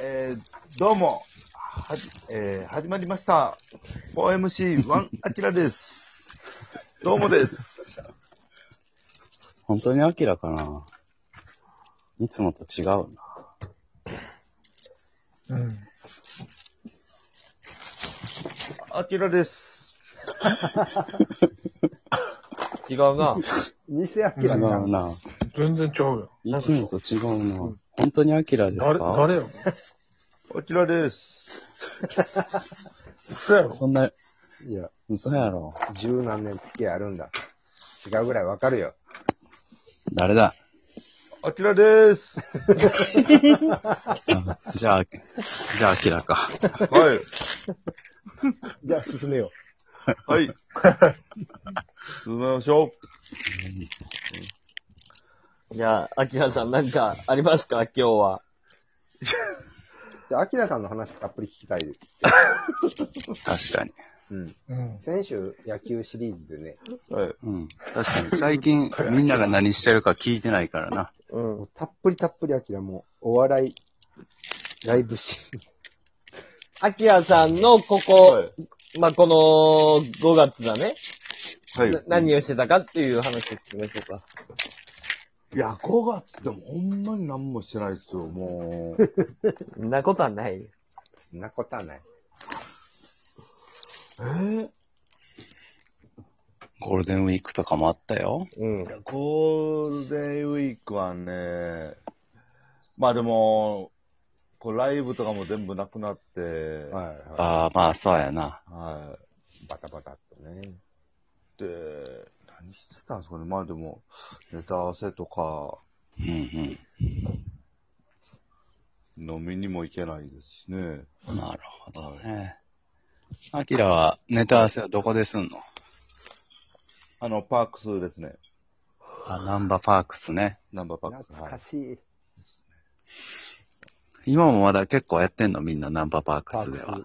えー、どうも、はじ、えー、始まりました。4MC1 あきらです。どうもです。本当にアキラかないつもと違うな。うん。あきらです。違うな。偽アキ違ラじゃんう。な。全然違うよ。いつもと違うな。本当にアキラです誰、か誰よ。あきらです。嘘やろ。そんな、いや、嘘やろ。十何年付き合いあるんだ。違うぐらいわかるよ。誰だ あきらです。あじゃあ、じゃあアキラか。はい。じゃあ進めよはい。進めましょじゃあ、アキラさん何かありますか今日は。う。じゃあ、アキラさんの話たっぷり聞きたい。確かに。うん。うん。先週、野球シリーズでね、う。はい。うん。確かに最 近みんなが何してるか聞いてないからな。もうたっぷりたっぷりアキラも、お笑い、ライブシーン。アキラさんのここ、はいまあ、この5月だね、はい。な何をしてたかっていう話を聞きましょうか。いや、5月でもほんまに何もしてないですよ、もう。そんなことはないよ。そんなことはない。えー、ゴールデンウィークとかもあったよ。うんい。やゴールデンウィークはね、まあでも、こうライブとかも全部なくなって、ははいはああ、まあそうやな。い。い。バタバタっとね。で、何してたんですかね、まあでも、ネタ合わせとか、うんう飲みにも行けないですしね。ん。なるほどね。アキラはネタ合わせはどこですんのあの、パークスですね。あ、ナンバパークスね。ナンバーパークス。懐はかい。しい。今もまだ結構やってんのみんなナンバパークパースクでスは。。あり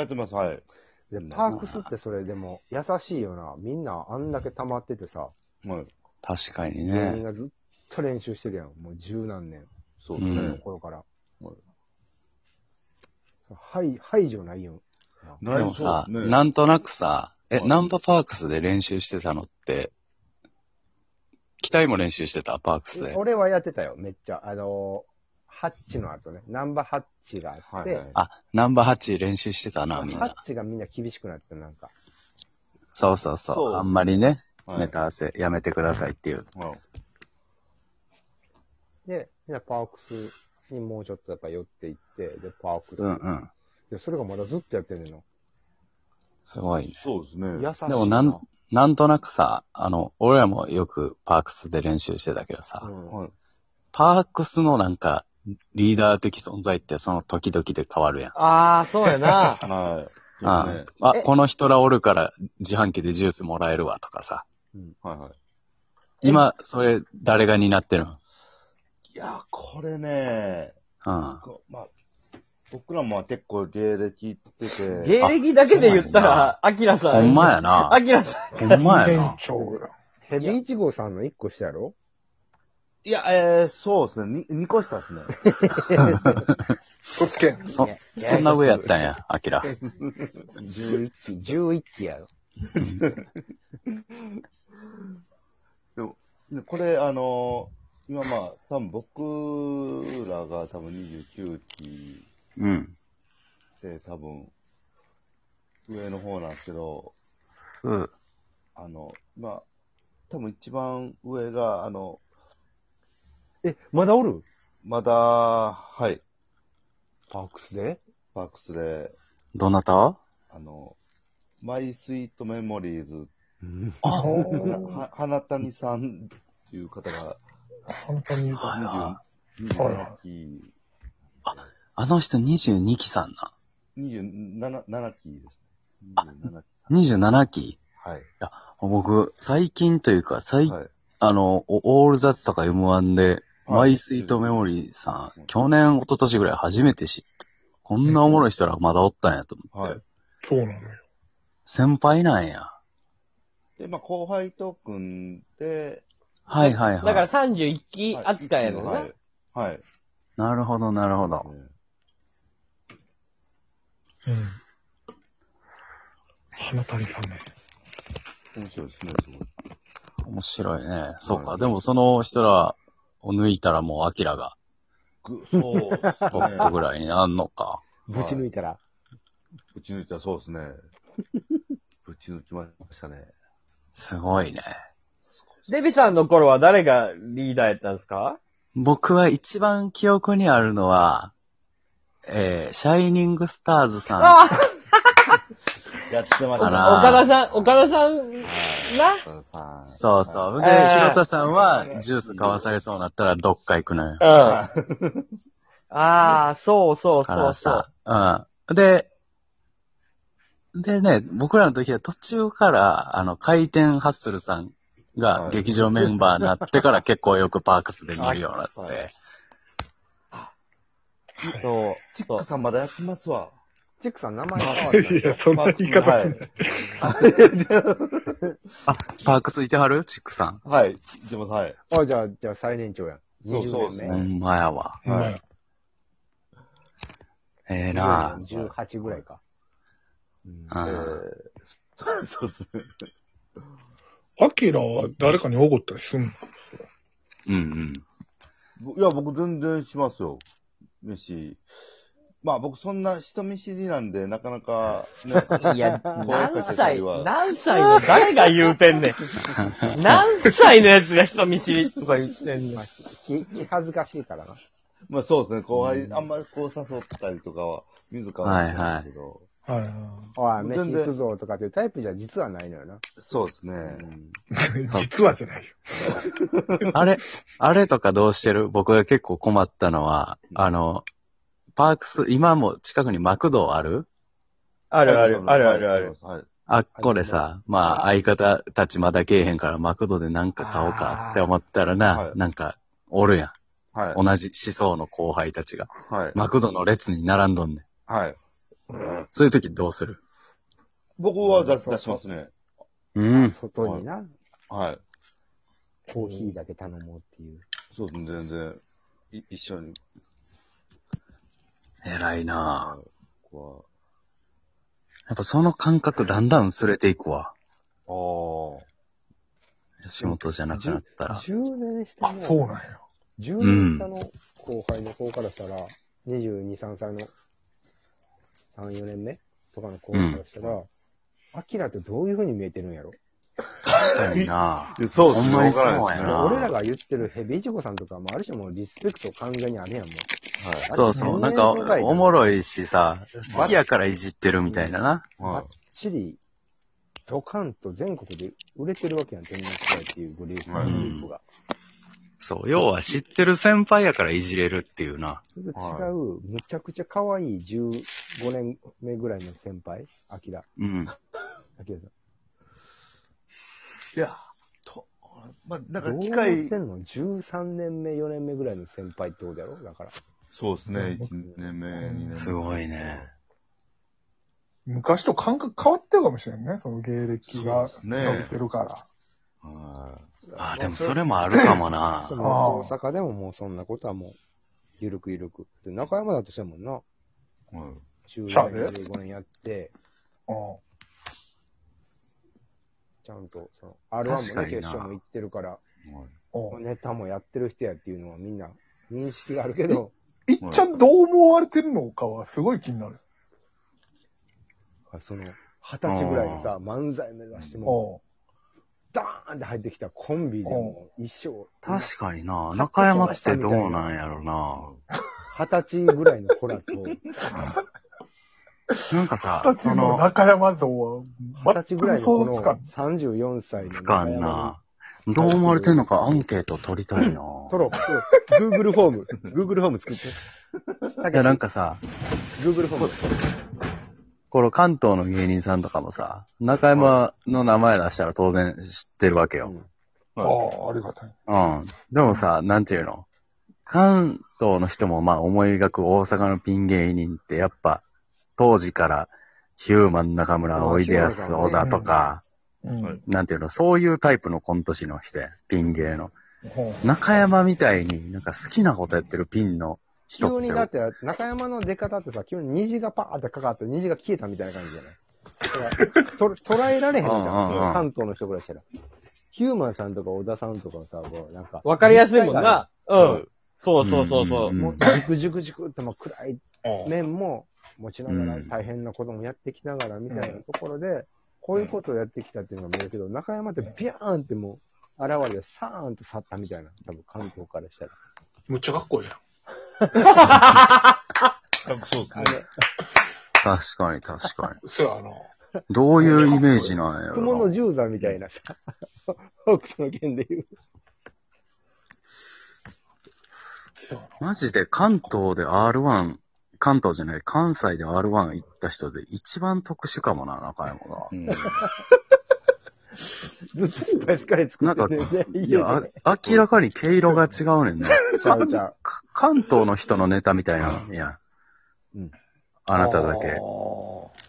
がとうございます。はい。でパークスってそれでも、優しいよな。みんなあんだけ溜まっててさ、はい。確かにみんね。なずっと練習してるやん。もう十何年。そうですね。うのん頃から。はいそう排排除ないよ。なでいもそうさ、すねなんとなくさ、え、はいナンバパークスで練習してたのって、機体も練習してたパークスで。俺はやってたよ、めっちゃ。あのー、ハッチの後ね、ナンバーハッチがあっはい、て、はい。あ、ナンバ8練習してたな、みんな。ハッチがみんな厳しくなって、なんか。そうそうそう。そうあんまりね、はいネタ合わせやめてくださいっていう。はいで、みんなパークスにもうちょっとやっぱ寄っていって、で、パークス。うんうん。で、それがまだずっとやってんねんの。すごいね。そうですね。優しい。でもなん、なんとなくさ、あの、俺らもよくパークスで練習してたけどさ、うんはい。。パークスのなんか、リーダー的存在ってその時々で変わるやん。ああ、そうやなはい。あそうですねあ、えこの人らおるから自販機でジュースもらえるわとかさ。はいはい。今、それ、誰が担ってるのいや、これね、うん。こまあ、僕らも結構芸歴いってて、芸歴だけで言ったら、アキラさん。ほんまやなアキラさほんまや店な。長ぐらい。ヘビイチゴさんの一個下やろいや、えー、そうですね、に、2個下ですね。嘘つけ。そ、そんな上やったんや、アキラ。 ?11 期、11期やろ。で これ、あのー今まあ、多分僕らが多分29期うん。で多分、上の方なんですけど、うん。あの、まあ、多分一番上が、あの、え、まだおるまだ、はい、パークスでパークスで、どなたあの、マイスイートメモリーズ、あ、は花谷さんっていう方が、本当に言うかあ27期、あの人22期さんな。 27期ですね。27期。 27期はい。僕、最近というか、最、はい。あの、オオールザッツとか M1 で、マイスイートメモリーさん、去年、一昨年ぐらい初めて知って、こんなおもろい人らまだおったんやと思って。はい。そうなのよ。先輩なんや。で、まあ、後輩と組んで、はいはいはん。い。だから31期はい扱いやのな。はい。はい。なるほど、なるほど。うん。花谷さんね。面白いですね、すごい。面白いね。そうか。でもその人らを抜いたらもうアキラ がぐそうですね。トップぐらいになんのか。はいぶち抜いたら。ぶち抜いた、そうですね。ぶち抜きましたね。すごいね。デビさんの頃は誰がリーダーやったんですか僕は一番記憶にあるのは、えー、シャイニングスターズさん。ああやってまあら岡田さん、岡田さんなさそうそう。で、えーひろたさんは、ジュース買わされそうになったらどっか行くのよ。うん。ああ、そうそうかそうらそう。さ。うん。で、でね、僕らの時は途中から、あの、回転ハッスルさんはがい劇場メンバーになって から結構よくパークスで見るようになって。はいそう。チックさんまだやってますわ。チックさん名前変わったんいだ。や、そんな言い方はすいる。。パークスいてはるチックさん。はい。いてます、はい。あ、じゃあ、じゃあ最年長やん。そうそう20年ほ目。んまやわ。はいはい。ええな18ぐらいか。うんあーーそうですね。アキラは誰かにおごったりすんのうんうん。いや、僕全然しますよ。飯。まあ僕そんな人見知りなんで、なかなかね、いや、声か何けた歳り、は。何歳の誰が言うてんね ん。何歳のやつが人見知りとか言ってんのまあ、気、気恥ずかしいからな。まあそうですね、後輩、あんまりこう誘ったりとかは、自らはしないですけど。はいはい。おい、全飯然行くぞとかっていうタイプじゃ実はないのよな。そうですね。 実はじゃないよ。あれ、あれとかどうしてる僕が結構困ったのは、あの、パークス、今も近くにマクドあるあるある、あるあるある。。はい。あっこでさ、まあ相方たちまだけえへんからマクドでなんか買おうかって思ったらあーはな、いなんか、おるやん。はい。同じ思想の後輩たちが。はい。マクドの列に並んどんねん。はい。そういう時どうする僕は出す出しますね。うん。外にな、はい。コーヒーだけ頼もうっていう。そうですね、全然。い一緒に。偉いなぁ。こやっぱその感覚だんだん薄れていくわ。こは吉本じゃなくなったら。 10年下あ、の、そうなんや。 10年下の後輩の方からしたら、22、3歳の3、4年目とかの後輩からしたら、アキラってどういう風に見えてるんやろ確かになああ。そうほんまにそうやな俺らが言ってるヘビイチゴさんとかもある種もうリスペクト完全にあるやん、もう。そうそう。なんか、おもろいしさ、好きやからいじってるみたいなな。はばいっ。ちり、ドカンと全国で売れてるわけやん、天然世界っていうグループはいグループが。そう。要は知ってる先輩やからいじれるっていうな。それと違う、むちゃくちゃ可愛い15年目ぐらいの先輩、アキラ、うん。アキラさん。いや、と、まあ、なんかどう機思っ械て、んの ?13 年目、4年目ぐらいの先輩ってことやろだから。そうですね、1年目、2年目。すごいね。昔と感覚変わってるかもしれんね。その芸歴がそうですね伸びてるから。はああ、でもそれもあるかもな そ。の大阪でももうそんなことはもう、ゆるくゆるく。で中山だとしてもんな、い。はい10そう年、ね15年やって、うん。ちゃんと、その、R1 も確ね、かにな決勝も行ってるから、はいうんネタもやってる人やっていうのはみんな認識があるけど、いっちゃんどう思われてるのかはすごい気になる。その、二十歳ぐらいでさ、漫才目指しても、うダーンって入ってきたコンビでも、一生、確かにな。中山ってどうなんやろな。二十歳ぐらいの子らと、なんかん。さ、 私そのの、中山像は、二十歳ぐらいの全く想子像のつかん34歳の。つかん。な。どう思われてんのかアンケート取りたいな。取ろう、取ろう。Google フォーム、Google フォーム作って。いや、なんかさ、 Google フォーム作って。この関東の芸人さんとかもさ、中山の名前出したら当然知ってるわけよ。ああ、ありがたい。うん。でもさ、なんていうの関東の人もまあ思い描く大阪のピン芸人ってやっぱ当時からヒューマン中村、おいでやす小田とか、うん。はいなんていうの、そういうタイプのコント師の人や、ピン芸の。うん中山みたいになんか好きなことやってるピンの人急っにて。だって、中山の出方ってさ、急に虹がパーってかかって、虹が消えたみたいな感じじゃないだからと捉えられへんじゃうんうんうんん。関東の人ぐらいしたら。ヒューマンさんとか小田さんとかさ、もうなんか。わかりやすいもんな。ううんん。そうそうそうそうう。んもう、じくじくじくって、もう暗いあ面も持ちながうら、ん大変なこともやってきながら、みたいなところで、こういうことをやってきたっていうのが見えるけど、中山ってビャーンってもう、現れて、さーんと去ったみたいな。多分関東からしたら。むっちゃかっこいいやん。そうあですね。れ、確かに確かそうやな。に。どういうイメージなんや雲ろのな。十座みたいなさ、 北斗の剣で言う。そうやな。マジで関東で R1、関東じゃない、関西で R1 行った人で一番特殊かもな、中山が。うんずっといっぱいスカレ作なんっかてる、ね。いや、あ明らかに毛色が違うねんな。ちゃうちゃう。か関東の人のネタみたいなのやん。うんあなただあけ。ー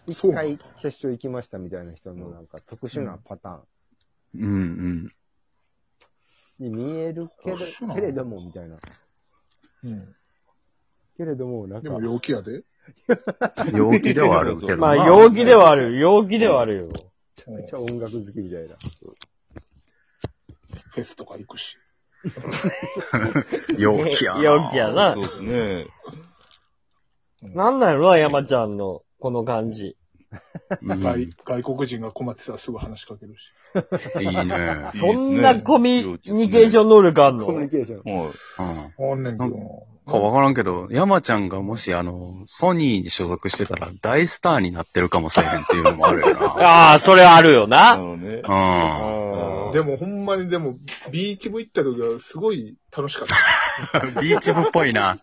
一回決勝行きましたみたいな人のなんか特殊なパターンうんうん。に見えるけど特殊な、のけれどもみたいな。うん。けれども、なんでか、も陽気やで。陽気ではあるけどな。まあ、陽気ではある。陽気ではあるよ。めっちゃ音楽好きみたいな。フェスとか行くし。陽気やな。陽気やなそうですね。なんなんやろな、山ちゃんの、この感じ。うん外外国人が困ってたらすぐ話しかけるいし。い ね。そんなコミュニケーション。ン能力あんコミュニのケーション。もう、うん。あんねんけどな。かわからんけど、山ちゃんがもしあの、ソニーに所属してたら大スターになってるかもしれへんっていうのもある よああ、それあるよあな。のね。な。 あでもほんまにでも、ビーチ部行った時はすごい楽しかった。うん。ビーチ部っぽいな。